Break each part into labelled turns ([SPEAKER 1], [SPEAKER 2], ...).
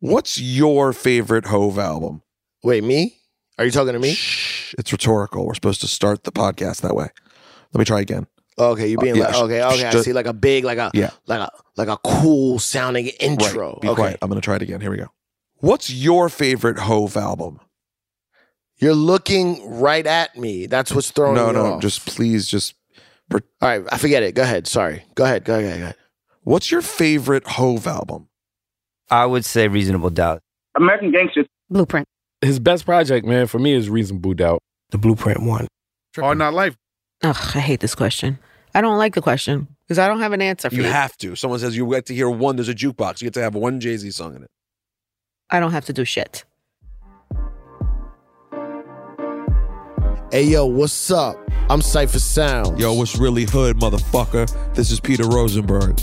[SPEAKER 1] What's your favorite Hove album?
[SPEAKER 2] Wait, me? Are you talking to me?
[SPEAKER 1] Shh, it's rhetorical. We're supposed to start the podcast that way. Let me try again.
[SPEAKER 2] Okay, you being
[SPEAKER 1] yeah,
[SPEAKER 2] like
[SPEAKER 1] sh-
[SPEAKER 2] okay, okay. I
[SPEAKER 1] sh-
[SPEAKER 2] see like a big, like a
[SPEAKER 1] Yeah.
[SPEAKER 2] like a like a cool sounding intro.
[SPEAKER 1] Right. Be
[SPEAKER 2] okay,
[SPEAKER 1] quiet. I'm going to try it again. Here we go. What's your favorite Hove album?
[SPEAKER 2] you're looking right at me. That's what's throwing
[SPEAKER 1] no,
[SPEAKER 2] me
[SPEAKER 1] no.
[SPEAKER 2] off.
[SPEAKER 1] Just please, just
[SPEAKER 2] all right. I forget it. Go ahead. Sorry. Go ahead. Go ahead. Go ahead.
[SPEAKER 1] what's your favorite Hove album?
[SPEAKER 3] I would say reasonable doubt.
[SPEAKER 4] American Gangster.
[SPEAKER 5] Blueprint.
[SPEAKER 6] His best project, man, for me is Reasonable Doubt.
[SPEAKER 7] The blueprint one.
[SPEAKER 8] Hard Not Life.
[SPEAKER 5] Ugh, I hate this question. I don't like the question because I don't have an answer for you.
[SPEAKER 1] You have to. Someone says you get to hear one. There's a jukebox. You get to have one Jay Z song in it.
[SPEAKER 5] I don't have to do shit.
[SPEAKER 2] Hey yo, what's up? I'm Cypher Sounds.
[SPEAKER 1] Yo, what's really hood, motherfucker? This is Peter Rosenberg.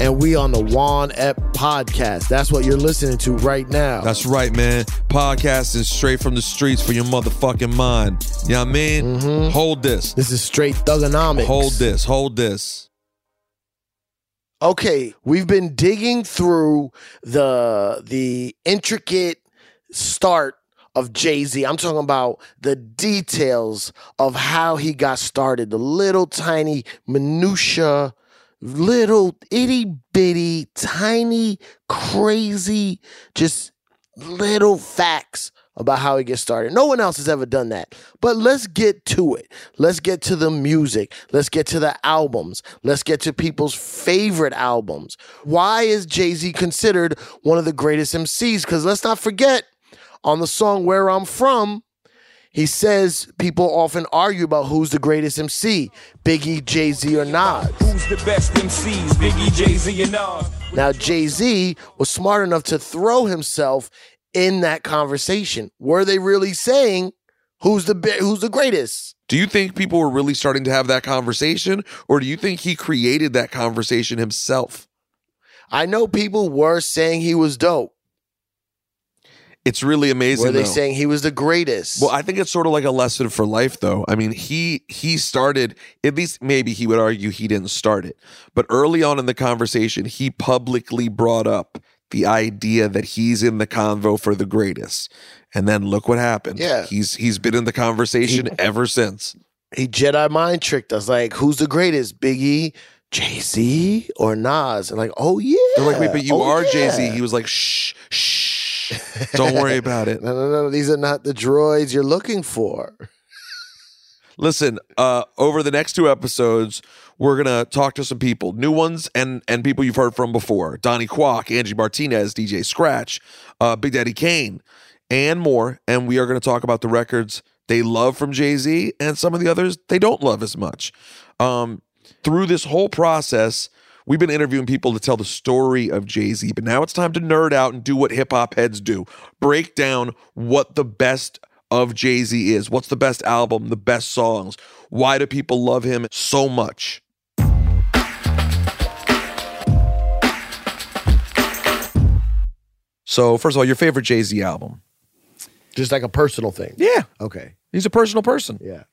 [SPEAKER 2] and we on the Juan Ep podcast. That's what you're listening to right now.
[SPEAKER 1] That's right, man. Podcasting straight from the streets for your motherfucking mind. You know what I mean?
[SPEAKER 2] Mhm.
[SPEAKER 1] Hold this.
[SPEAKER 2] This is straight thugonomics.
[SPEAKER 1] Hold this. Hold this.
[SPEAKER 2] Okay, we've been digging through the the intricate start of Jay-Z. I'm talking about the details of how he got started, the little tiny minutia, little itty bitty, tiny, crazy, just little facts about how he gets started. No one else has ever done that. But let's get to it. Let's get to the music. Let's get to the albums. Let's get to people's favorite albums. Why is Jay Z considered one of the greatest MCs? Because let's not forget on the song Where I'm From, he says people often argue about who's the greatest MC, Biggie, Jay Z, or Nas.
[SPEAKER 9] Who's the best MCs? Biggie, Jay Z, and Nas.
[SPEAKER 2] Now, Jay Z was smart enough to throw himself in that conversation. Were they really saying who's the be- who's the greatest?
[SPEAKER 1] Do you think people were really starting to have that conversation, or do you think he created that conversation himself?
[SPEAKER 2] I know people were saying he was dope.
[SPEAKER 1] It's really amazing.
[SPEAKER 2] Were they
[SPEAKER 1] though.
[SPEAKER 2] saying he was the greatest?
[SPEAKER 1] Well, I think it's sort of like a lesson for life, though. I mean, he he started at least maybe he would argue he didn't start it, but early on in the conversation, he publicly brought up the idea that he's in the convo for the greatest, and then look what happened.
[SPEAKER 2] Yeah.
[SPEAKER 1] he's he's been in the conversation ever since.
[SPEAKER 2] he Jedi mind tricked us. Like, who's the greatest? Biggie, Jay Z, or Nas? And like, oh yeah.
[SPEAKER 1] They're like, wait, but you
[SPEAKER 2] Oh,
[SPEAKER 1] are Jay Z.
[SPEAKER 2] yeah.
[SPEAKER 1] He was like, shh, shh, don't worry about it.
[SPEAKER 2] No, no, no. These are not the droids you're looking for.
[SPEAKER 1] Listen, uh, over the next two episodes, we're gonna talk to some people, new ones and and people you've heard from before: Donnie Quack, Angie Martinez, DJ Scratch, uh, Big Daddy Kane, and more. And we are gonna talk about the records they love from Jay Z and some of the others they don't love as much. Um, through this whole process, we've been interviewing people to tell the story of Jay Z, but now it's time to nerd out and do what hip hop heads do break down what the best of Jay Z is. What's the best album, the best songs? Why do people love him so much? So, first of all, your favorite Jay Z album?
[SPEAKER 2] Just like a personal thing.
[SPEAKER 1] Yeah,
[SPEAKER 2] Okay.
[SPEAKER 1] he's a personal person.
[SPEAKER 2] Yeah.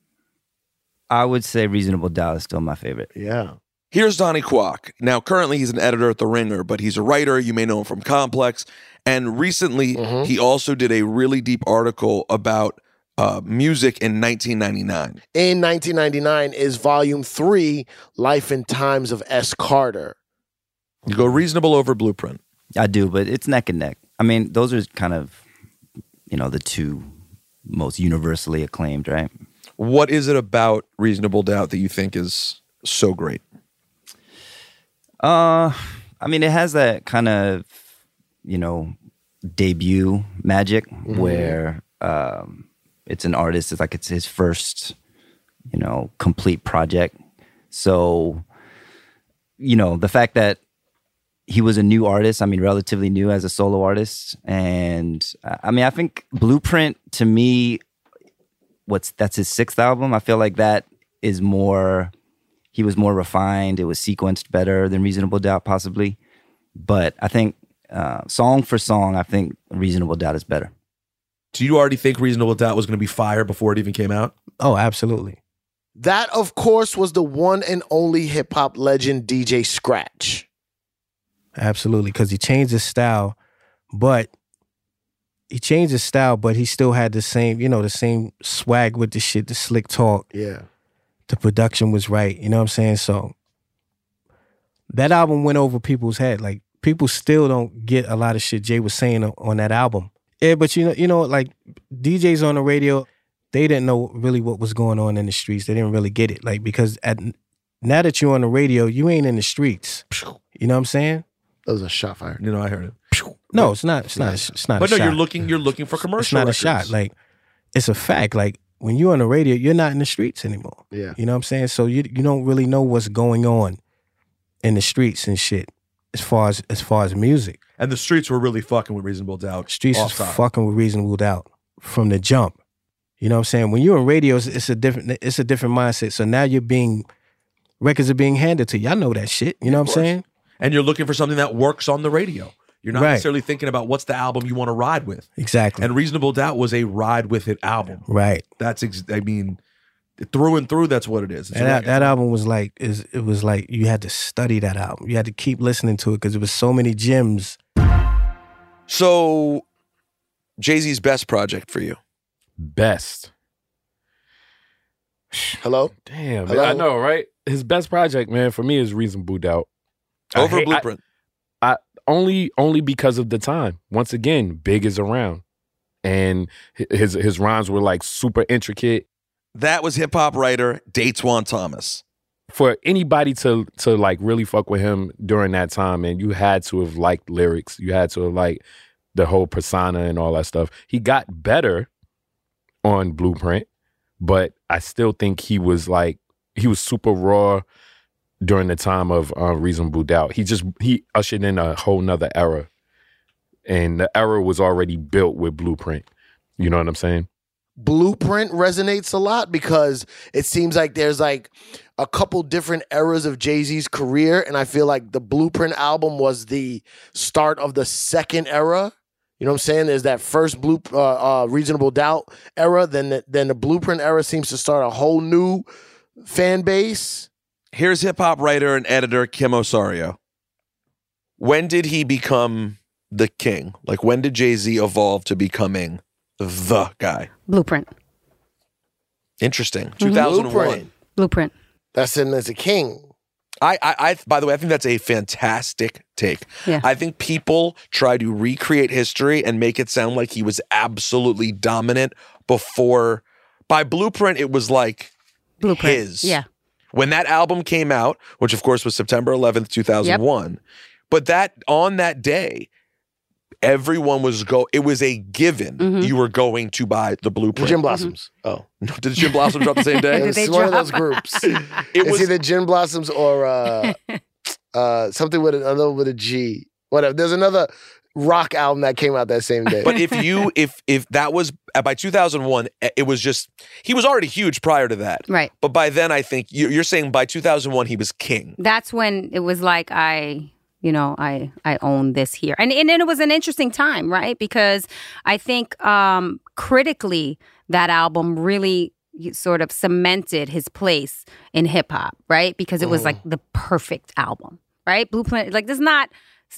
[SPEAKER 3] I would say reasonable doubt is still my favorite.
[SPEAKER 2] Yeah.
[SPEAKER 1] Here's Donnie Quack. Now, currently, he's an editor at The Ringer, but he's a writer. You may know him from Complex. And recently,
[SPEAKER 2] Mm-hmm.
[SPEAKER 1] he also did a really deep article about uh, music in 1999.
[SPEAKER 2] In 1999 is volume three, Life and Times of S. Carter.
[SPEAKER 1] You go reasonable over blueprint.
[SPEAKER 3] I do, but it's neck and neck. I mean, those are kind of, you know, the two most universally acclaimed, right?
[SPEAKER 1] What is it about Reasonable Doubt that you think is so great?
[SPEAKER 3] Uh, I mean, it has that kind of, you know, debut magic
[SPEAKER 1] Mm-hmm.
[SPEAKER 3] where um, it's an artist. It's like it's his first, you know, complete project. So, you know, the fact that he was a new artist. I mean, relatively new as a solo artist, and uh, I mean, I think Blueprint to me, what's that's his sixth album. I feel like that is more he was more refined. It was sequenced better than Reasonable Doubt, possibly. But I think uh, song for song, I think Reasonable Doubt is better.
[SPEAKER 1] Do you already think Reasonable Doubt was going to be fire before it even came out?
[SPEAKER 7] Oh, absolutely.
[SPEAKER 2] That, of course, was the one and only hip hop legend DJ Scratch.
[SPEAKER 7] Absolutely. Because he changed his style but he changed his style, but he still had the same, you know, the same swag with the shit, the slick talk.
[SPEAKER 2] Yeah.
[SPEAKER 7] The production was right. You know what I'm saying? So that album went over people's head. Like people still don't get a lot of shit Jay was saying on- on that album. Yeah, but you know, you know, like DJs on the radio, they didn't know really what was going on in the streets. They didn't really get it. Like because at now that you're on the radio, you ain't in the streets. You know what I'm saying?
[SPEAKER 2] That was a shot fired.
[SPEAKER 1] You know, I heard it.
[SPEAKER 7] No, it's not. It's not. It's not.
[SPEAKER 1] But
[SPEAKER 7] a
[SPEAKER 1] no, you're
[SPEAKER 7] shot.
[SPEAKER 1] looking. You're looking for commercial.
[SPEAKER 7] It's not
[SPEAKER 1] records.
[SPEAKER 7] a shot. Like it's a fact. Like when you're on the radio, you're not in the streets anymore.
[SPEAKER 2] Yeah.
[SPEAKER 7] You know what I'm saying? So you you don't really know what's going on in the streets and shit. As far as as far as music,
[SPEAKER 1] and the streets were really fucking with reasonable doubt.
[SPEAKER 7] streets
[SPEAKER 1] off
[SPEAKER 7] is
[SPEAKER 1] top.
[SPEAKER 7] fucking with reasonable doubt from the jump. You know what I'm saying? When you're in radio, it's, it's a different it's a different mindset. So now you're being records are being handed to you. I know that shit. You know what I'm saying?
[SPEAKER 1] and you're looking for something that works on the radio. You're not
[SPEAKER 7] Right.
[SPEAKER 1] necessarily thinking about what's the album you want to ride with.
[SPEAKER 7] Exactly.
[SPEAKER 1] And Reasonable Doubt was a ride with it album.
[SPEAKER 7] right.
[SPEAKER 1] That's ex- I mean, through and through, that's what it is. It's
[SPEAKER 7] And
[SPEAKER 1] a-
[SPEAKER 7] that, that album was like is it was like you had to study that album. You had to keep listening to it because it was so many gems.
[SPEAKER 1] so, Jay Z's best project for you.
[SPEAKER 6] Best.
[SPEAKER 2] Hello?
[SPEAKER 6] Damn, man,
[SPEAKER 2] Hello?
[SPEAKER 6] I know, right? His best project, man, for me is Reasonable Doubt. I
[SPEAKER 1] Over
[SPEAKER 6] hate- I-
[SPEAKER 1] Blueprint.
[SPEAKER 6] only only because of the time. Once again, Big is around, and hi- his his rhymes were like super intricate.
[SPEAKER 1] that was hip hop writer Datewan Thomas.
[SPEAKER 6] For anybody to to like really fuck with him during that time, and you had to have liked lyrics, you had to have liked the whole persona and all that stuff. He got better on Blueprint, but I still think he was like he was super raw during the time of uh, Reasonable Doubt. He just he ushered in a whole nother era, and the era was already built with Blueprint. You know what I'm saying?
[SPEAKER 2] Blueprint resonates a lot because it seems like there's like a couple different eras of Jay Z's career, and I feel like the Blueprint album was the start of the second era. You know what I'm saying? There's that first blue, uh, uh, reasonable doubt era. Then, the, then the Blueprint era seems to start a whole new fan base.
[SPEAKER 1] Here's hip hop writer and editor Kim Osario. When did he become the king? Like, when did Jay Z evolve to becoming the guy?
[SPEAKER 4] Blueprint.
[SPEAKER 1] Interesting. 2001.
[SPEAKER 2] Mm-hmm. Blueprint.
[SPEAKER 4] Mm-hmm. Blueprint.
[SPEAKER 2] That's him as a king.
[SPEAKER 1] I, I, I, by the way, I think that's a fantastic take.
[SPEAKER 4] Yeah.
[SPEAKER 1] I think people try to recreate history and make it sound like he was absolutely dominant before. By Blueprint, it was like
[SPEAKER 4] Blueprint.
[SPEAKER 1] his.
[SPEAKER 4] Yeah.
[SPEAKER 1] When that album came out, which of course was September 11th, 2001, but that on that day, everyone was go. It was a given
[SPEAKER 4] Mhm.
[SPEAKER 1] you were going to buy the
[SPEAKER 2] The
[SPEAKER 1] Blueprint. Mm-hmm.
[SPEAKER 2] Gin Blossoms. Oh,
[SPEAKER 1] No, did Jim Blossom drop the same
[SPEAKER 4] Did
[SPEAKER 1] day?
[SPEAKER 2] it's
[SPEAKER 4] they
[SPEAKER 2] one of
[SPEAKER 4] drop?
[SPEAKER 2] those groups.
[SPEAKER 1] It
[SPEAKER 2] it's
[SPEAKER 1] was
[SPEAKER 2] either Gin Blossoms or uh, uh, something with another with a G. Whatever. There's another rock album that came out that same day.
[SPEAKER 1] but if you if if that was uh, by 2001 uh, it was just he was already huge prior to that
[SPEAKER 4] Right.
[SPEAKER 1] but by then i think you- you're saying by 2001 he was king
[SPEAKER 4] That's when it was like I, you know, I I own this here, and and, and it was an interesting time, right? Because I think um, critically that album really sort of cemented his place in hip hop, right? Because it was Mm. like the perfect album, right? Blueprint, like there's not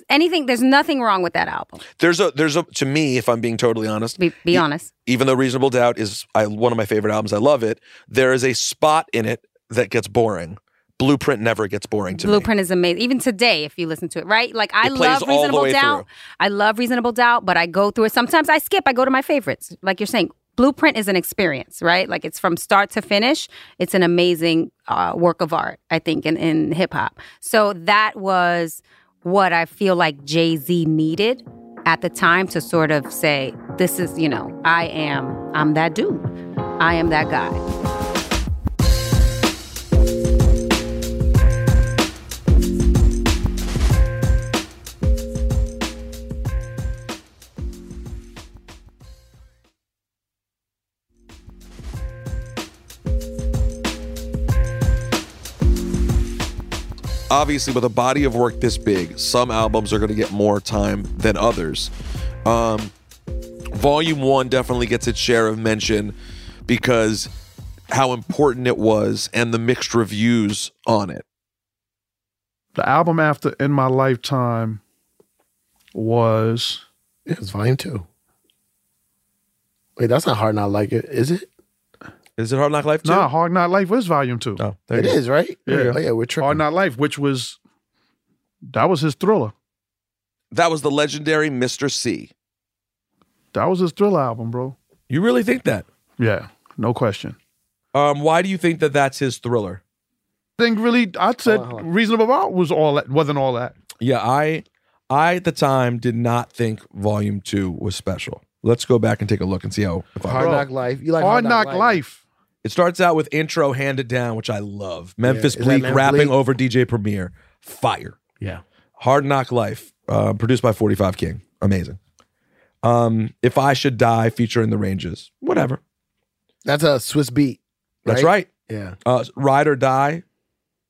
[SPEAKER 4] anything, there's nothing wrong with that album.
[SPEAKER 1] there's a there's a to me if i'm being totally honest
[SPEAKER 4] To be, be
[SPEAKER 1] Ye-
[SPEAKER 4] honest,
[SPEAKER 1] even though reasonable doubt is I, one of my favorite albums i love it there is a spot in it that gets boring blueprint never gets boring to me
[SPEAKER 4] Blueprint is amazing. Even today, if you listen to it, right? Like I
[SPEAKER 1] It plays
[SPEAKER 4] love
[SPEAKER 1] all the
[SPEAKER 4] Reasonable
[SPEAKER 1] way
[SPEAKER 4] Doubt.
[SPEAKER 1] through.
[SPEAKER 4] I love Reasonable Doubt, but I go through it. Sometimes I skip. I go to my favorites. Like you're saying, Blueprint is an experience, right? Like it's from start to finish. It's an amazing uh, work of art, I think, in, in hip hop. So that was what I feel like Jay Z needed at the time to sort of say, "This is, you know, I am. I'm that dude. I am that guy."
[SPEAKER 1] obviously with a body of work this big some albums are going to get more time than others um volume one definitely gets its share of mention because how important it was and the mixed reviews on it
[SPEAKER 8] the album after in my lifetime was
[SPEAKER 2] Yeah, it's volume two. Wait, that's not hard. Not like it, is it?
[SPEAKER 1] Is it Hard Knock Life too?
[SPEAKER 8] No, Hard Not Life was volume two.
[SPEAKER 1] Oh, there
[SPEAKER 2] It
[SPEAKER 1] you go.
[SPEAKER 2] is, right?
[SPEAKER 8] Yeah.
[SPEAKER 2] Oh, yeah, we're tripping.
[SPEAKER 8] Hard Not Life, which was that was his thriller.
[SPEAKER 1] That was the legendary Mr. C.
[SPEAKER 8] That was his thriller album, bro.
[SPEAKER 1] You really think that?
[SPEAKER 8] Yeah, no question.
[SPEAKER 1] Um, why do you think that that's his thriller?
[SPEAKER 8] Think really, I said
[SPEAKER 2] on, hold
[SPEAKER 8] reasonable doubt was all that wasn't all that.
[SPEAKER 1] Yeah, I I at the time did not think Volume Two was special. Let's go back and take a look and see how. If I,
[SPEAKER 2] Hard
[SPEAKER 8] Bro.
[SPEAKER 2] Knock Life. You like
[SPEAKER 8] Hard Knock Life.
[SPEAKER 1] it starts out with intro handed down, which I love. Memphis
[SPEAKER 2] is that
[SPEAKER 1] Bleak
[SPEAKER 2] Memphis
[SPEAKER 1] rapping
[SPEAKER 2] Bleak?
[SPEAKER 1] over DJ Premier, fire.
[SPEAKER 7] Yeah.
[SPEAKER 1] Hard Knock Life, uh, produced by Forty Five King, amazing. Um, if I should die, featuring the Ranges, whatever.
[SPEAKER 2] That's a Swiss beat.
[SPEAKER 1] That's right.
[SPEAKER 2] E, Yeah.
[SPEAKER 1] Uh, Ride or Die.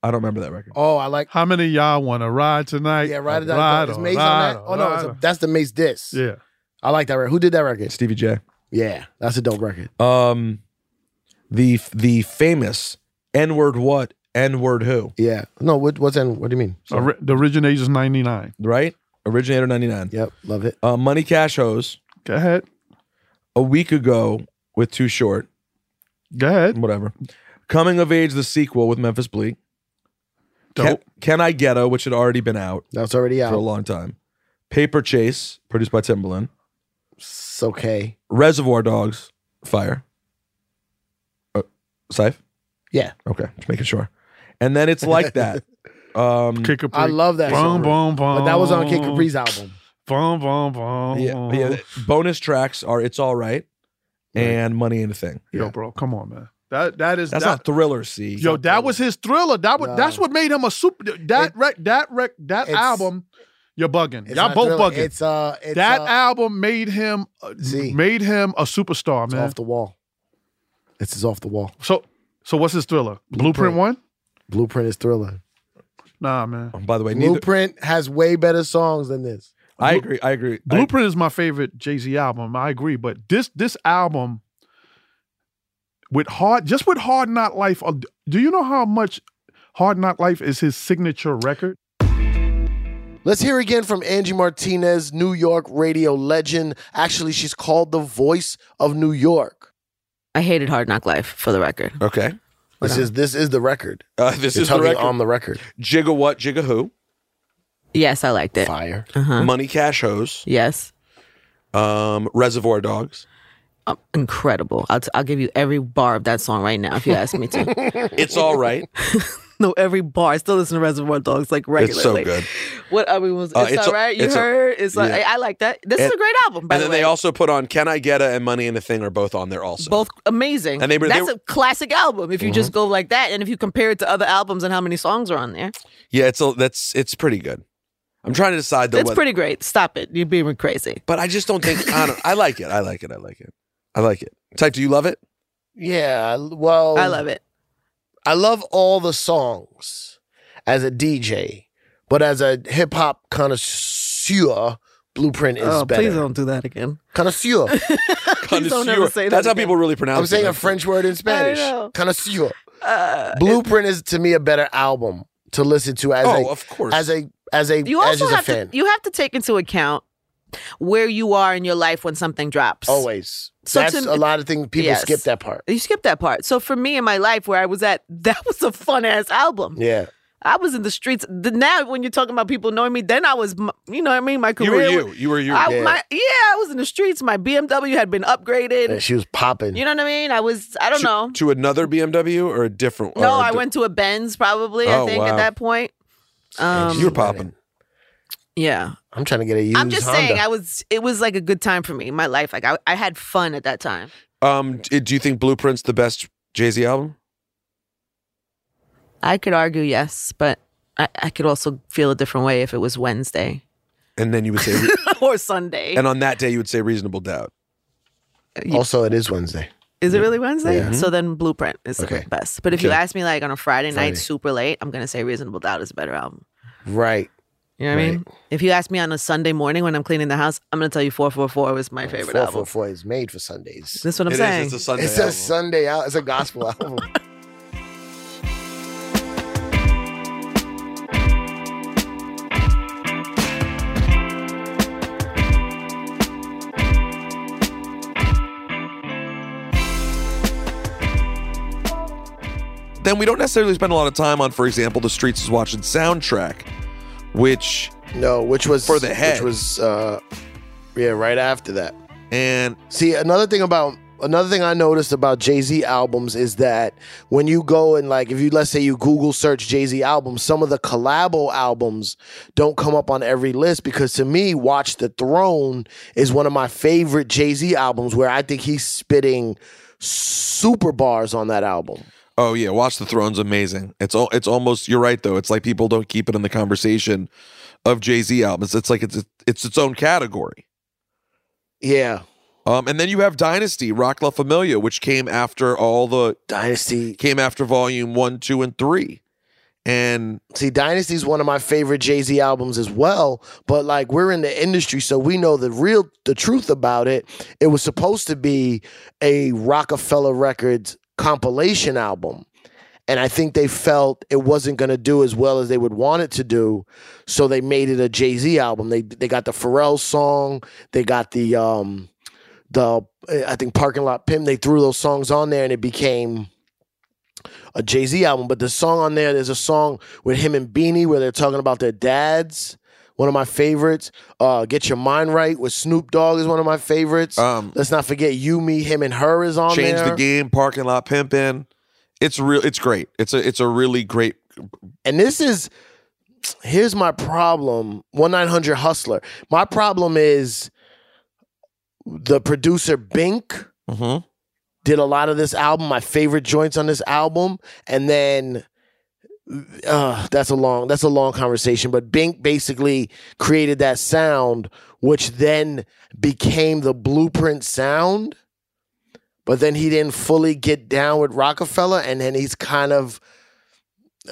[SPEAKER 1] I don't remember that record.
[SPEAKER 2] Oh, I like.
[SPEAKER 8] How many of y'all want to ride tonight?
[SPEAKER 2] Yeah, right.
[SPEAKER 8] Ride
[SPEAKER 2] Is
[SPEAKER 8] or
[SPEAKER 2] Mace on that?
[SPEAKER 8] ride or
[SPEAKER 2] Oh no, it's
[SPEAKER 8] ride
[SPEAKER 2] a-
[SPEAKER 8] or-
[SPEAKER 2] that's the Mace diss.
[SPEAKER 8] yeah.
[SPEAKER 2] I like that record. Who did that record?
[SPEAKER 1] Stevie J.
[SPEAKER 2] Yeah, that's a dope record.
[SPEAKER 1] Um, the the famous N word what N word who
[SPEAKER 2] Yeah. No, what, what's in? What do you mean?
[SPEAKER 8] Ori- the Originator's ninety nine.
[SPEAKER 1] right? Originator 99.
[SPEAKER 2] Yep, love it.
[SPEAKER 1] Uh, Money Cash Hose
[SPEAKER 8] Go ahead,
[SPEAKER 1] a week ago with Too Short,
[SPEAKER 8] go ahead.
[SPEAKER 1] whatever. Coming of Age, the sequel with Memphis Bleak. Can,
[SPEAKER 8] Dope.
[SPEAKER 1] Can I Ghetto, which had already been out
[SPEAKER 2] That's already
[SPEAKER 1] for a
[SPEAKER 2] out.
[SPEAKER 1] long time. Paper Chase, produced by Timbaland.
[SPEAKER 2] It's okay.
[SPEAKER 1] Reservoir Dogs, Fire. Uh, Scythe?
[SPEAKER 2] Yeah.
[SPEAKER 1] Okay, just making sure. And then it's like that. Um,
[SPEAKER 8] Kick Capri.
[SPEAKER 2] I love that.
[SPEAKER 8] Boom,
[SPEAKER 2] song.
[SPEAKER 8] boom, boom.
[SPEAKER 2] But that was on Kid Capri's album.
[SPEAKER 8] Boom, boom, boom.
[SPEAKER 1] yeah, yeah, bonus tracks are It's All Right and Money Ain't a Thing.
[SPEAKER 8] Yo, bro, come on, man. That that is
[SPEAKER 1] That's
[SPEAKER 8] that,
[SPEAKER 1] not Thriller C.
[SPEAKER 8] Yo, that was his thriller. That was,
[SPEAKER 2] No.
[SPEAKER 8] that's what made him a super. That
[SPEAKER 2] It-
[SPEAKER 8] rec, that rec, that
[SPEAKER 2] it's-
[SPEAKER 8] album. You're bugging.
[SPEAKER 2] It's
[SPEAKER 8] Y'all
[SPEAKER 2] not
[SPEAKER 8] both
[SPEAKER 2] Thriller.
[SPEAKER 8] bugging.
[SPEAKER 2] It's uh, it's,
[SPEAKER 8] that
[SPEAKER 2] uh,
[SPEAKER 8] album made him uh,
[SPEAKER 2] Z.
[SPEAKER 8] made him a superstar,
[SPEAKER 2] it's
[SPEAKER 8] man.
[SPEAKER 2] off the wall. It's is off the wall.
[SPEAKER 8] So so what's his thriller? Blueprint,
[SPEAKER 2] Blueprint.
[SPEAKER 8] one?
[SPEAKER 2] Blueprint is Thriller.
[SPEAKER 8] Nah, man.
[SPEAKER 1] Oh, By the way, neither,
[SPEAKER 2] Blueprint has way better songs than this.
[SPEAKER 1] I agree. I agree. I-
[SPEAKER 8] Blueprint is my favorite Jay Z album. I agree, but this this album with hard just with Hard Not Life. uh, Do you know how much Hard Not Life is his signature record?
[SPEAKER 2] Let's hear again from Angie Martinez, New York radio legend. Actually, she's called the voice of New York.
[SPEAKER 5] I hated Hard Knock Life for the record.
[SPEAKER 1] okay.
[SPEAKER 2] This is this is the record.
[SPEAKER 1] Uh, this
[SPEAKER 2] You're
[SPEAKER 1] is the
[SPEAKER 2] tugging
[SPEAKER 1] record.
[SPEAKER 2] on the record.
[SPEAKER 1] Jigga what? Jigga who?
[SPEAKER 5] Yes, I liked it.
[SPEAKER 2] Fire.
[SPEAKER 5] Uh-huh.
[SPEAKER 1] Money Cash Hose.
[SPEAKER 5] Yes.
[SPEAKER 1] Um, Reservoir Dogs.
[SPEAKER 5] Um, incredible. I'll, t- I'll give you every bar of that song right now if you ask me to.
[SPEAKER 1] It's all right.
[SPEAKER 5] no, every bar. I still listen to Reservoir Dogs like
[SPEAKER 1] it's so
[SPEAKER 5] regularly.
[SPEAKER 1] good.
[SPEAKER 5] What I mean was, it's
[SPEAKER 1] Uh, it's a-
[SPEAKER 5] all right. You
[SPEAKER 1] it's a-
[SPEAKER 5] heard? it's like
[SPEAKER 1] yeah.
[SPEAKER 5] I, I like that. This is
[SPEAKER 1] And-
[SPEAKER 5] a great album. By
[SPEAKER 1] And
[SPEAKER 5] the
[SPEAKER 1] then
[SPEAKER 5] way.
[SPEAKER 1] they also put on Can I Get a and Money and a Thing are both on there also.
[SPEAKER 5] both amazing.
[SPEAKER 1] And they were- they Mm-hmm.
[SPEAKER 5] That's
[SPEAKER 1] were-
[SPEAKER 5] a classic album. If you just go like that, and if you compare it to other albums and how many songs are on there,
[SPEAKER 1] Yeah, it's a, that's it's pretty good. I'm trying to decide though.
[SPEAKER 5] it's
[SPEAKER 1] whether-
[SPEAKER 5] pretty great. Stop it. You're being crazy.
[SPEAKER 1] But I just don't think I don't. I like it. I like it. I like it. I like it. Type, do you love it?
[SPEAKER 2] Yeah. Well,
[SPEAKER 5] I love it.
[SPEAKER 2] Oh. I love all the songs as a DJ, but as a hip hop connoisseur, Blueprint is
[SPEAKER 5] Oh,
[SPEAKER 2] better.
[SPEAKER 5] please don't do that again.
[SPEAKER 2] Connoisseur.
[SPEAKER 5] Please don't ever
[SPEAKER 1] Connoisseur.
[SPEAKER 5] say that.
[SPEAKER 1] That's how
[SPEAKER 5] again.
[SPEAKER 1] people really pronounce
[SPEAKER 2] I'm saying
[SPEAKER 1] it.
[SPEAKER 2] a French word in Spanish.
[SPEAKER 5] know.
[SPEAKER 2] Connoisseur.
[SPEAKER 5] Uh,
[SPEAKER 2] Blueprint is to me a better album to listen to as
[SPEAKER 1] Oh,
[SPEAKER 2] a
[SPEAKER 1] of course.
[SPEAKER 2] as a as a
[SPEAKER 5] you
[SPEAKER 2] as
[SPEAKER 5] also
[SPEAKER 2] just a
[SPEAKER 5] have
[SPEAKER 2] fan.
[SPEAKER 5] to you have to take into account where you are in your life when something drops.
[SPEAKER 2] Always.
[SPEAKER 5] So
[SPEAKER 2] That's
[SPEAKER 5] to-
[SPEAKER 2] a lot of things people
[SPEAKER 5] Yes.
[SPEAKER 2] skip that part.
[SPEAKER 5] You skip that part. So for me in my life where I was at, that was a fun ass album.
[SPEAKER 2] Yeah.
[SPEAKER 5] I was in the streets. The, now when you're talking about people knowing me, then I was, m- you know what I mean? My
[SPEAKER 1] you
[SPEAKER 5] career.
[SPEAKER 1] were you. You were you.
[SPEAKER 5] I,
[SPEAKER 2] yeah.
[SPEAKER 5] My, yeah, I was in the streets. My BMW had been upgraded.
[SPEAKER 2] And she was popping.
[SPEAKER 5] You know what I mean? I was, I don't know.
[SPEAKER 1] to another BMW or a
[SPEAKER 2] Oh,
[SPEAKER 1] different?
[SPEAKER 5] No,
[SPEAKER 1] or a
[SPEAKER 5] I
[SPEAKER 1] di-
[SPEAKER 5] went to a Benz probably,
[SPEAKER 1] Oh,
[SPEAKER 5] I think,
[SPEAKER 1] wow.
[SPEAKER 5] at that point. Um,
[SPEAKER 1] You were popping.
[SPEAKER 5] yeah.
[SPEAKER 2] I'm trying to get a used
[SPEAKER 5] I'm just
[SPEAKER 2] Honda.
[SPEAKER 5] saying, I was, it was like a good time for me, my life. Like, I, I had fun at that time.
[SPEAKER 1] Um, d- do you think Blueprint's the best Jay Z album?
[SPEAKER 5] I could argue yes, but I, I could also feel a different way if it was Wednesday
[SPEAKER 1] And then you would say,
[SPEAKER 5] or Sunday.
[SPEAKER 1] and on that day you would say Reasonable Doubt.
[SPEAKER 2] also, it is Wednesday.
[SPEAKER 5] Uh, Is it really Wednesday?
[SPEAKER 2] Yeah.
[SPEAKER 5] So then Blueprint is
[SPEAKER 2] Okay.
[SPEAKER 5] the best. But if you
[SPEAKER 1] Okay.
[SPEAKER 5] ask me like on a Friday,
[SPEAKER 2] Friday.
[SPEAKER 5] night, super late, I'm gonna say Reasonable Doubt is a better album.
[SPEAKER 2] Right.
[SPEAKER 5] You know what I mean? If you ask me on a Sunday morning when I'm cleaning the house, I'm gonna tell you 444 was my favorite
[SPEAKER 2] Four
[SPEAKER 5] album.
[SPEAKER 2] Four Four is made for Sundays.
[SPEAKER 5] That's what I'm
[SPEAKER 1] It is.
[SPEAKER 5] saying.
[SPEAKER 1] It's a Sunday.
[SPEAKER 2] It's a
[SPEAKER 1] album.
[SPEAKER 2] Sunday out. It's a gospel album.
[SPEAKER 1] And we don't necessarily spend a lot of time on, for example, the Streets is Watching soundtrack, which
[SPEAKER 2] No, which was
[SPEAKER 1] For the head.
[SPEAKER 2] Which was uh, yeah, right after that.
[SPEAKER 1] and
[SPEAKER 2] See, another thing about another thing I noticed about Jay Z albums is that when you go and like, if you let's say you Google search Jay Z albums, some of the collabo albums don't come up on every list because to me, Watch the Throne is one of my favorite Jay Z albums where I think he's spitting super bars on that album.
[SPEAKER 1] oh yeah, Watch the Throne's amazing. It's all it's almost you're right though. It's like people don't keep it in the conversation of Jay Z albums. It's like it's it's its own category.
[SPEAKER 2] Yeah,
[SPEAKER 1] Um, and then you have Dynasty, Rock La Familia, which came after all the
[SPEAKER 2] Dynasty.
[SPEAKER 1] came after Volume One, Two, and Three, and
[SPEAKER 2] See, Dynasty is one of my favorite Jay Z albums as well. But like, we're in the industry, so we know the real, the truth about it. It was supposed to be a Rockefeller Records compilation album, and I think they felt it wasn't going to do as well as they would want it to do, so they made it a Jay Z album. They they got the Pharrell song, they got the um, the I think Parking Lot Pimp. They threw those songs on there, and it became a Jay Z album, but the song on there, there's a song with him and Beanie where they're talking about their dads. One of my favorites. Uh, Get Your Mind Right with Snoop Dogg is one of my favorites.
[SPEAKER 1] Um,
[SPEAKER 2] Let's not forget You, Me, Him, and Her is on
[SPEAKER 1] Change
[SPEAKER 2] there.
[SPEAKER 1] the Game, Parking Lot Pimpin'. It's real. It's great. It's a it's a really great.
[SPEAKER 2] And this is here's my problem. One nine hundred hustler. My problem is the producer Bink
[SPEAKER 1] Mhm.
[SPEAKER 2] did a lot of this album. My favorite joints on this album, and then uh, that's a long that's a long conversation. But Bink basically created that sound, which then became the blueprint sound. But then he didn't fully get down with Rockefeller, and then he's kind of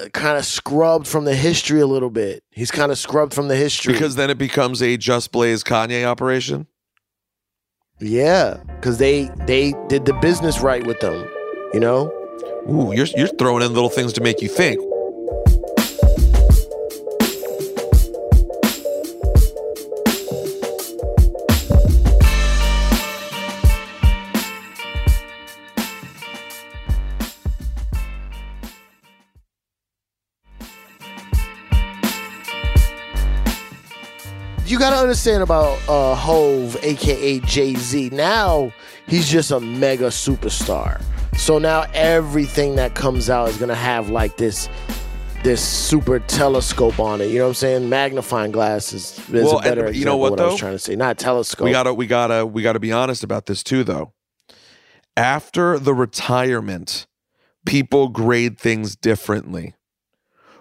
[SPEAKER 2] uh, kind of scrubbed from the history a little bit. He's kind of scrubbed from the history
[SPEAKER 1] Because then it becomes a Just Blaze Kanye operation.
[SPEAKER 2] yeah, because they they did the business right with them, you know.
[SPEAKER 1] Ooh, you're you're throwing in little things to make you think.
[SPEAKER 2] You gotta understand about uh, Hove, aka Jay Z. Now he's just a mega superstar. So now everything that comes out is gonna have like this this super telescope on it. You know what I'm saying? Magnifying glasses is
[SPEAKER 1] Well,
[SPEAKER 2] a better
[SPEAKER 1] and you know
[SPEAKER 2] example.
[SPEAKER 1] what,
[SPEAKER 2] what, I
[SPEAKER 1] though?
[SPEAKER 2] was trying to say, not telescope.
[SPEAKER 1] We gotta we gotta we gotta be honest about this too, though. After the retirement, people grade things differently.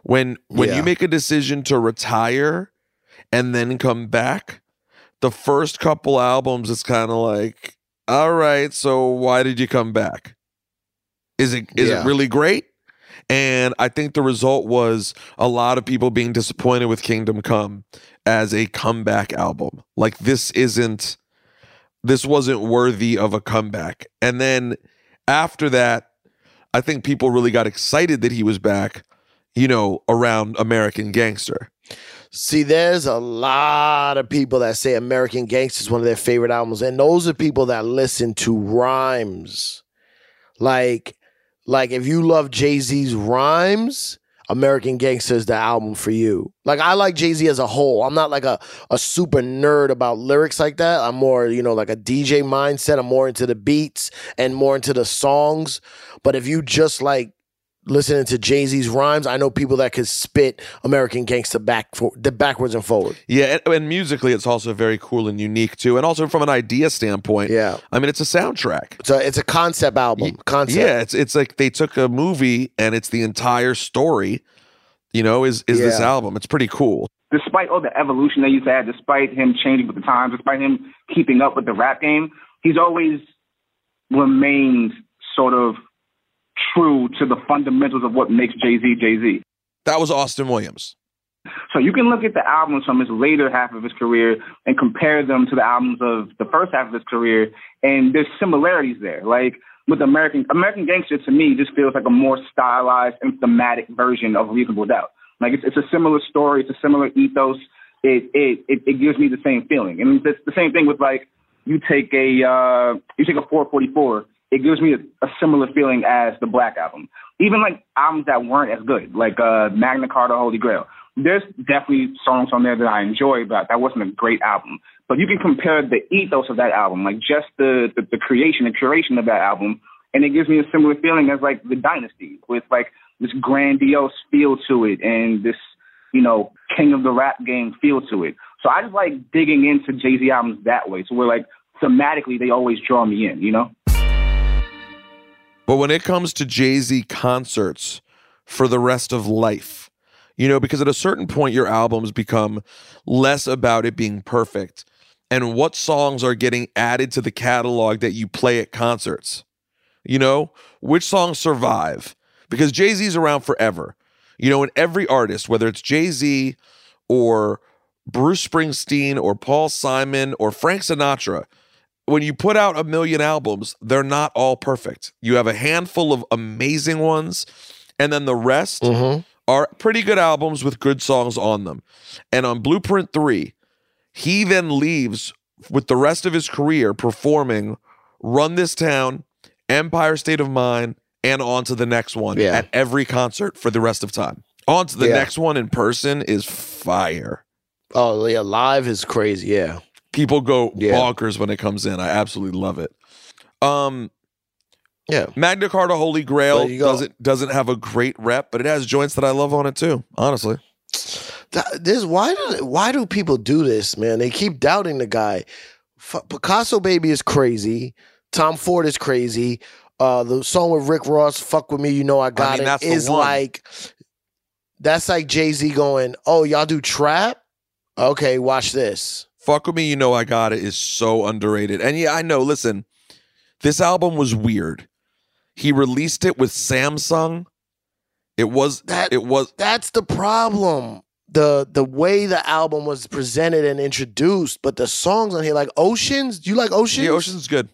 [SPEAKER 1] When when
[SPEAKER 2] Yeah.
[SPEAKER 1] you make a decision to retire and then come back, the first couple albums it's kind of like, all right, so why did you come back? Is it is
[SPEAKER 2] Yeah.
[SPEAKER 1] it really great? And I think the result was a lot of people being disappointed with Kingdom Come as a comeback album. Like this isn't this wasn't worthy of a comeback. And then after that, I think people really got excited that he was back, you know, around American Gangster.
[SPEAKER 2] See, there's a lot of people that say American Gangster is one of their favorite albums, and those are people that listen to rhymes. Like, like if you love Jay Z's rhymes, American Gangster is the album for you. Like, I like Jay Z as a whole. I'm not like a a super nerd about lyrics like that. I'm more, you know, like a DJ mindset. I'm more into the beats and more into the songs. But if you just like listening to Jay Z's rhymes, I know people that could spit American Gangsta back for the backwards and forward.
[SPEAKER 1] Yeah, and, and musically it's also very cool and unique too. And also from an idea standpoint,
[SPEAKER 2] Yeah,
[SPEAKER 1] I mean it's a soundtrack.
[SPEAKER 2] so it's a concept album. Concept.
[SPEAKER 1] Yeah, it's it's like they took a movie and it's the entire story, you know, is is this
[SPEAKER 2] Yeah.
[SPEAKER 1] album. It's pretty cool.
[SPEAKER 10] despite all the evolution that he's had, despite him changing with the times, despite him keeping up with the rap game, he's always remained sort of true to the fundamentals of what makes Jay Z Jay Z.
[SPEAKER 1] That was Austin Williams.
[SPEAKER 10] So you can look at the albums from his later half of his career and compare them to the albums of the first half of his career, and there's similarities there. Like with American American Gangster, to me, just feels like a more stylized and thematic version of Reasonable Doubt. Like it's, it's a similar story, it's a similar ethos. It it it, it gives me the same feeling, and it's the same thing with like you take a uh, you take a 444 it gives me a, a similar feeling as the Black album. Even like albums that weren't as good, like uh, Magna Carta, Holy Grail. There's definitely songs on there that I enjoy, but that wasn't a great album. But you can compare the ethos of that album, like just the the, the creation, the curation of that album, and it gives me a similar feeling as like the Dynasty, with like this grandiose feel to it and this you know king of the rap game feel to it. So I just like digging into Jay Z albums that way. So we're like thematically, they always draw me in, you know.
[SPEAKER 1] But when it comes to Jay Z concerts for the rest of life, you know, because at a certain point, your albums become less about it being perfect and what songs are getting added to the catalog that you play at concerts. You know, which songs survive? Because Jay Z's around forever. You know, and every artist, whether it's Jay Z or Bruce Springsteen or Paul Simon or Frank Sinatra, when you put out a million albums, they're not all perfect. You have a handful of amazing ones, and then the rest are pretty good albums with good songs on them. And on Blueprint 3, he then leaves with the rest of his career performing Run This Town, Empire State of Mind, and on to the next one
[SPEAKER 2] Yeah.
[SPEAKER 1] at every concert for the rest of time. On to the
[SPEAKER 2] Yeah.
[SPEAKER 1] next one in person is fire.
[SPEAKER 2] Oh yeah, live is crazy. Yeah.
[SPEAKER 1] People go
[SPEAKER 2] Yeah.
[SPEAKER 1] bonkers when it comes in. I absolutely love it. Um,
[SPEAKER 2] Yeah.
[SPEAKER 1] Magna Carta Holy Grail
[SPEAKER 2] There you go.
[SPEAKER 1] doesn't doesn't have a great rep, but it has joints that I love on it too. Honestly,
[SPEAKER 2] That, this why do why do people do this, man? They keep doubting the guy. F- Picasso Baby is crazy. Tom Ford is crazy. Uh, the song with Rick Ross, "Fuck with Me," you know I got
[SPEAKER 1] mean,
[SPEAKER 2] it,
[SPEAKER 1] that's the
[SPEAKER 2] is
[SPEAKER 1] one.
[SPEAKER 2] like that's like Jay Z going, "Oh, y'all do trap? Okay, watch this."
[SPEAKER 1] "Fuck with Me," you know I got it is so underrated. And yeah, I know. Listen, this album was weird. He released it with Samsung. It was
[SPEAKER 2] That-
[SPEAKER 1] it was
[SPEAKER 2] That's the problem. The the way the album was presented and introduced, but the songs on here, like Oceans, do you like Oceans?
[SPEAKER 1] the ocean's good.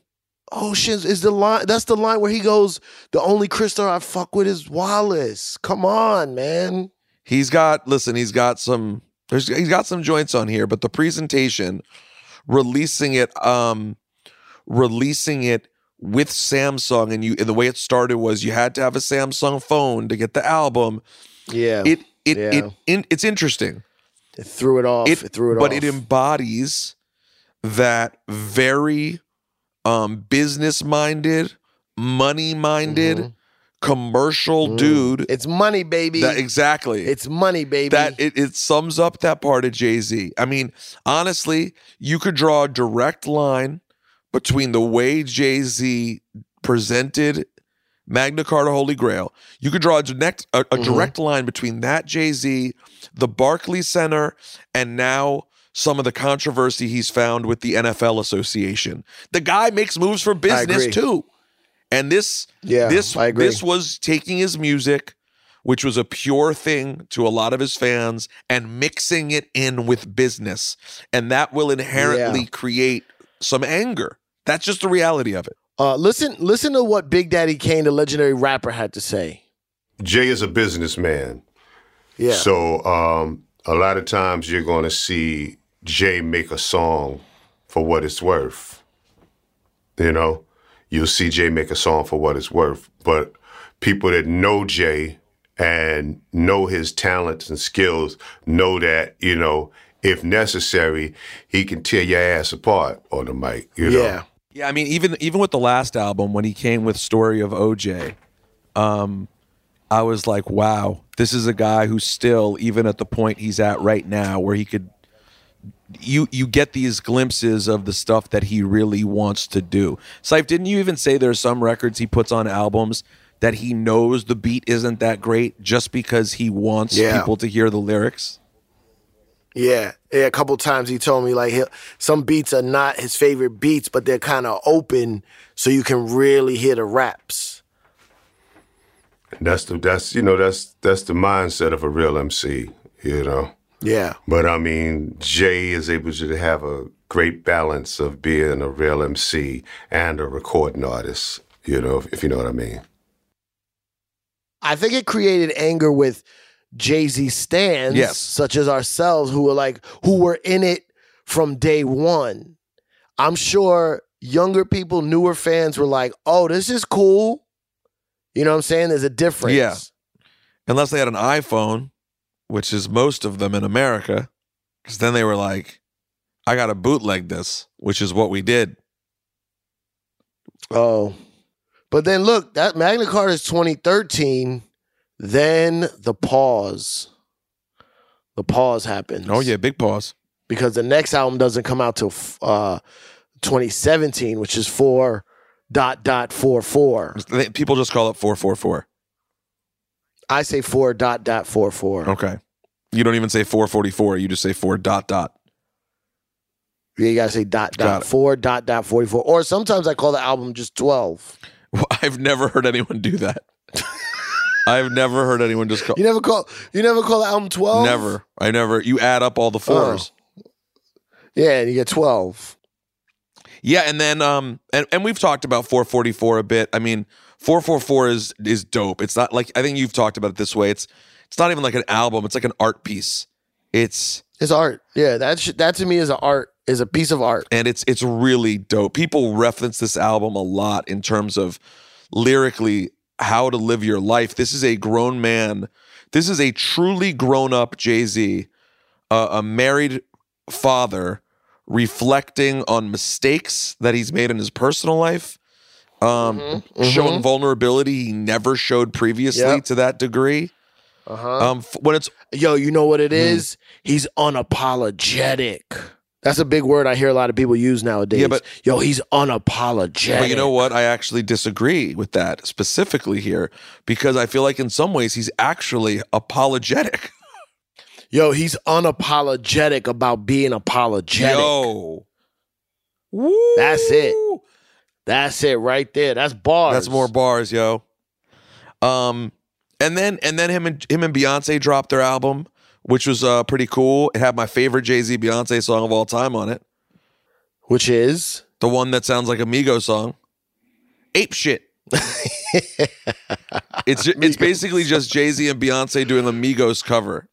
[SPEAKER 2] Oceans is the line. That's the line where he goes, the only crystal I fuck with is Wallace. Come on, man.
[SPEAKER 1] He's got listen. He's got some. There's he's got some joints on here, but the presentation, releasing it, um, releasing it with Samsung, and you and the way it started was you had to have a Samsung phone to get the album.
[SPEAKER 2] Yeah.
[SPEAKER 1] It it
[SPEAKER 2] Yeah.
[SPEAKER 1] it, in, it's interesting.
[SPEAKER 2] It threw it off. It, threw it
[SPEAKER 1] but
[SPEAKER 2] off.
[SPEAKER 1] it embodies that very um business minded, money minded,
[SPEAKER 2] Mhm.
[SPEAKER 1] commercial
[SPEAKER 2] Mm.
[SPEAKER 1] dude.
[SPEAKER 2] It's money, baby.
[SPEAKER 1] That exactly.
[SPEAKER 2] it's money, baby.
[SPEAKER 1] That it, it sums up that part of Jay Z. I mean, honestly, you could draw a direct line between the way Jay Z presented Magna Carta Holy Grail. You could draw a direct, a, a
[SPEAKER 2] Mhm.
[SPEAKER 1] direct line between that Jay Z, the Barclay Center, and now some of the controversy he's found with the NFL Association. The guy makes moves for business
[SPEAKER 2] agree.
[SPEAKER 1] too. And this
[SPEAKER 2] yeah.
[SPEAKER 1] this
[SPEAKER 2] I agree.
[SPEAKER 1] this was taking his music, which was a pure thing to a lot of his fans, and mixing it in with business, and that will inherently create some anger. That's just the reality of it.
[SPEAKER 2] uh, listen, listen to what Big Daddy Kane, the legendary rapper, had to say.
[SPEAKER 11] Jay is a businessman.
[SPEAKER 2] Yeah.
[SPEAKER 11] So um, a lot of times you're going to see Jay make a song for what it's worth. You know, you'll see Jay make a song for what it's worth. But people that know Jay and know his talents and skills know that, you know, if necessary, he can tear your ass apart on the mic, you know.
[SPEAKER 2] yeah.
[SPEAKER 1] Yeah, I mean, even even with the last album, when he came with Story of OJ, um, I was like, wow, this is a guy who's still, even at the point he's at right now, where he could you you get these glimpses of the stuff that he really wants to do. Sife, didn't you even say there's some records he puts on albums that he knows the beat isn't that great just because he wants
[SPEAKER 2] Yeah.
[SPEAKER 1] people to hear the lyrics?
[SPEAKER 2] Yeah, yeah. A couple times he told me like he, some beats are not his favorite beats, but they're kind of open, so you can really hear the raps.
[SPEAKER 11] That's the that's you know, that's that's the mindset of a real MC, you know.
[SPEAKER 2] Yeah,
[SPEAKER 11] But I mean, Jay is able to have a great balance of being a real MC and a recording artist, you know, if, if you know what I mean.
[SPEAKER 2] I think it created anger with Jay Z stands,
[SPEAKER 1] Yes.
[SPEAKER 2] such as ourselves, who were like who were in it from day one. I'm sure younger people, newer fans were like, "Oh, this is cool." You know what I'm saying? There's a difference.
[SPEAKER 1] Yeah. Unless they had an iPhone, which is most of them in America, because then they were like, I got to bootleg this, which is what we did.
[SPEAKER 2] Oh. But then look, that Magna Carta is 2013. Then the pause. The pause happens.
[SPEAKER 1] Oh, yeah, big pause.
[SPEAKER 2] Because the next album doesn't come out till uh, 2017, which is four dot dot four four.
[SPEAKER 1] They- People just call it 444.
[SPEAKER 2] I say four dot dot four four.
[SPEAKER 1] Okay. You don't even say 444. You just say four dot dot.
[SPEAKER 2] Yeah, you gotta say dot
[SPEAKER 1] Got
[SPEAKER 2] dot
[SPEAKER 1] it.
[SPEAKER 2] four dot dot forty four. Or sometimes I call the album just twelve.
[SPEAKER 1] I've never heard anyone do that. I've never heard anyone just call.
[SPEAKER 2] You never call you never call the album twelve? Oh.
[SPEAKER 1] Never. I never. You add up all the fours.
[SPEAKER 2] Yeah, and you get twelve.
[SPEAKER 1] Yeah, and then um and, and we've talked about 444 a bit. I mean, 444 is is dope. It's not like I think you've talked about it this way. It's it's not even like an album. It's like an art piece. It's
[SPEAKER 2] It's art. Yeah, that sh- that to me is an art is a piece of art.
[SPEAKER 1] and it's it's really dope. People reference this album a lot in terms of lyrically how to live your life. This is a grown man. This is a truly grown up Jay Z, uh, a married father, reflecting on mistakes that he's made in his personal life, um, showing vulnerability he never showed previously
[SPEAKER 2] Mm-hmm, Yep.
[SPEAKER 1] to that degree.
[SPEAKER 2] Uh-huh.
[SPEAKER 1] Um, f- when it's Hmm.
[SPEAKER 2] Yo, you know what it is? He's unapologetic. That's a big word I hear a lot of people use nowadays.
[SPEAKER 1] Yeah, but-
[SPEAKER 2] yo, he's unapologetic.
[SPEAKER 1] But you know what? I actually disagree with that specifically here because I feel like in some ways he's actually apologetic.
[SPEAKER 2] yo, he's unapologetic about being apologetic.
[SPEAKER 1] Yo,
[SPEAKER 2] That's it. That's it right there. That's bars.
[SPEAKER 1] that's more bars, yo. Um, and then and then him and him and Beyonce dropped their album, which was uh pretty cool. It had my favorite Jay Z Beyonce song of all time on it,
[SPEAKER 2] Which is
[SPEAKER 1] the one that sounds like a Migos song, Ape Shit. it's ju- it's basically just Jay Z and Beyonce doing the Migos cover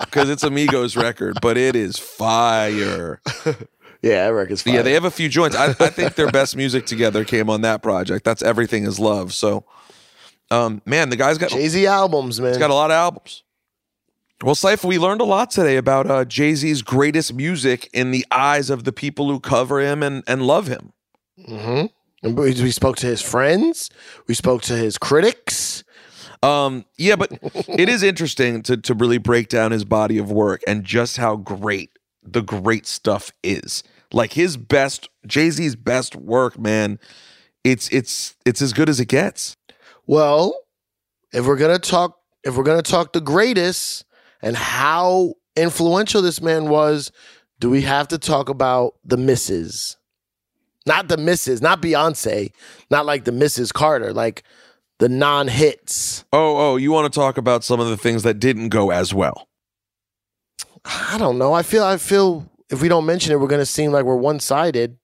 [SPEAKER 1] because it's a Migos record, but it is fire.
[SPEAKER 2] yeah, that record's fire.
[SPEAKER 1] Yeah, they have a few joints. I, I think their best music together came on that project. That's everything is love. So, um, man, the guy's got
[SPEAKER 2] Jay Z albums, man.
[SPEAKER 1] he's got a lot of albums. Well, Cypher, we learned a lot today about uh, Jay Z's greatest music in the eyes of the people who cover him and and love him.
[SPEAKER 2] Mhm. And we, we spoke to his friends. We spoke to his critics.
[SPEAKER 1] Um, yeah, but it is interesting to to really break down his body of work and just how great the great stuff is. Like his best, Jay Z's best work, man. It's it's it's as good as it gets.
[SPEAKER 2] Well, if we're gonna talk, if we're gonna talk the greatest and how influential this man was, do we have to talk about the misses? Not the misses, not Beyonce, not like the Mrs. Carter, like the non-hits.
[SPEAKER 1] Oh, oh, you want to talk about some of the things that didn't go as well?
[SPEAKER 2] I don't know. I feel, I feel, if we don't mention it, we're gonna seem like we're one-sided.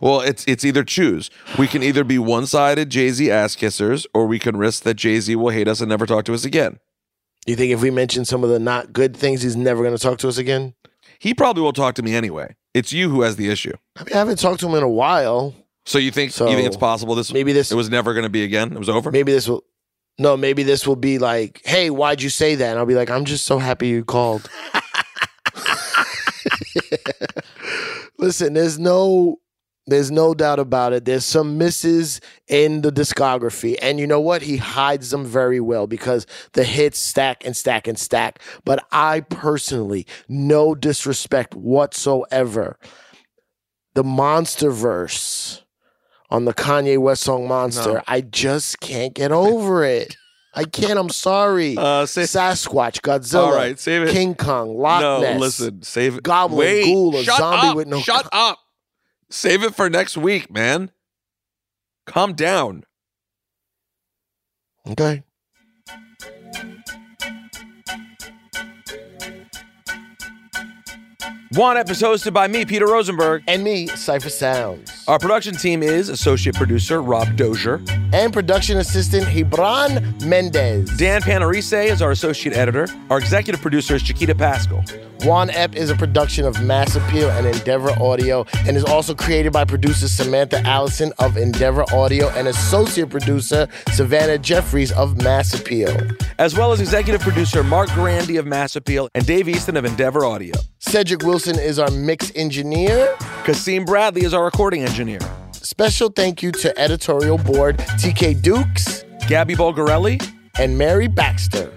[SPEAKER 1] Well, it's it's either choose. We can either be one sided Jay Z ass kissers, or we can risk that Jay Z will hate us and never talk to us again.
[SPEAKER 2] You think if we mention some of the not good things, he's never gonna talk to us again?
[SPEAKER 1] He probably won't talk to me anyway. It's you who has the issue.
[SPEAKER 2] I mean, I haven't talked to him in a while.
[SPEAKER 1] So you think
[SPEAKER 2] So,
[SPEAKER 1] you think it's possible this
[SPEAKER 2] Maybe this
[SPEAKER 1] it was never going to be again? It was over.
[SPEAKER 2] maybe this will no maybe this will be like hey why'd you say that and i'll be like i'm just so happy you called listen there's no there's no doubt about it there's some misses in the discography and you know what he hides them very well because the hits stack and stack and stack but i personally no disrespect whatsoever the monster verse on the Kanye West song Monster. I just can't get over it. I can't. I'm sorry.
[SPEAKER 1] Uh, say-
[SPEAKER 2] Sasquatch, Godzilla,
[SPEAKER 1] All right, save it.
[SPEAKER 2] King Kong, Loch
[SPEAKER 1] no,
[SPEAKER 2] Ness.
[SPEAKER 1] listen, save it.
[SPEAKER 2] Goblin,
[SPEAKER 1] Wait,
[SPEAKER 2] ghoul, a
[SPEAKER 1] shut
[SPEAKER 2] zombie
[SPEAKER 1] up,
[SPEAKER 2] with no-
[SPEAKER 1] Shut up. Save it for next week, man. Calm down.
[SPEAKER 2] Okay.
[SPEAKER 12] One Up is hosted by me, Peter Rosenberg.
[SPEAKER 2] And me, Cypher Sounds.
[SPEAKER 12] Our production team is associate producer Rob Dozier.
[SPEAKER 2] And production assistant Hebron Mendez.
[SPEAKER 12] Dan Panarese is our associate editor. Our executive producer is Chiquita Pascal.
[SPEAKER 2] Juan Epp is a production of Mass Appeal and Endeavor Audio and is also created by producer Samantha Allison of Endeavor Audio and associate producer Savannah Jeffries of Mass Appeal.
[SPEAKER 1] as well as executive producer Mark Grandy of Mass Appeal and Dave Easton of Endeavor Audio.
[SPEAKER 2] Cedric Wilson is our mix engineer.
[SPEAKER 1] Kasim Bradley is our recording engineer.
[SPEAKER 2] Special thank you to editorial board TK Dukes,
[SPEAKER 1] Gabby Bulgarelli,
[SPEAKER 2] and Mary Baxter.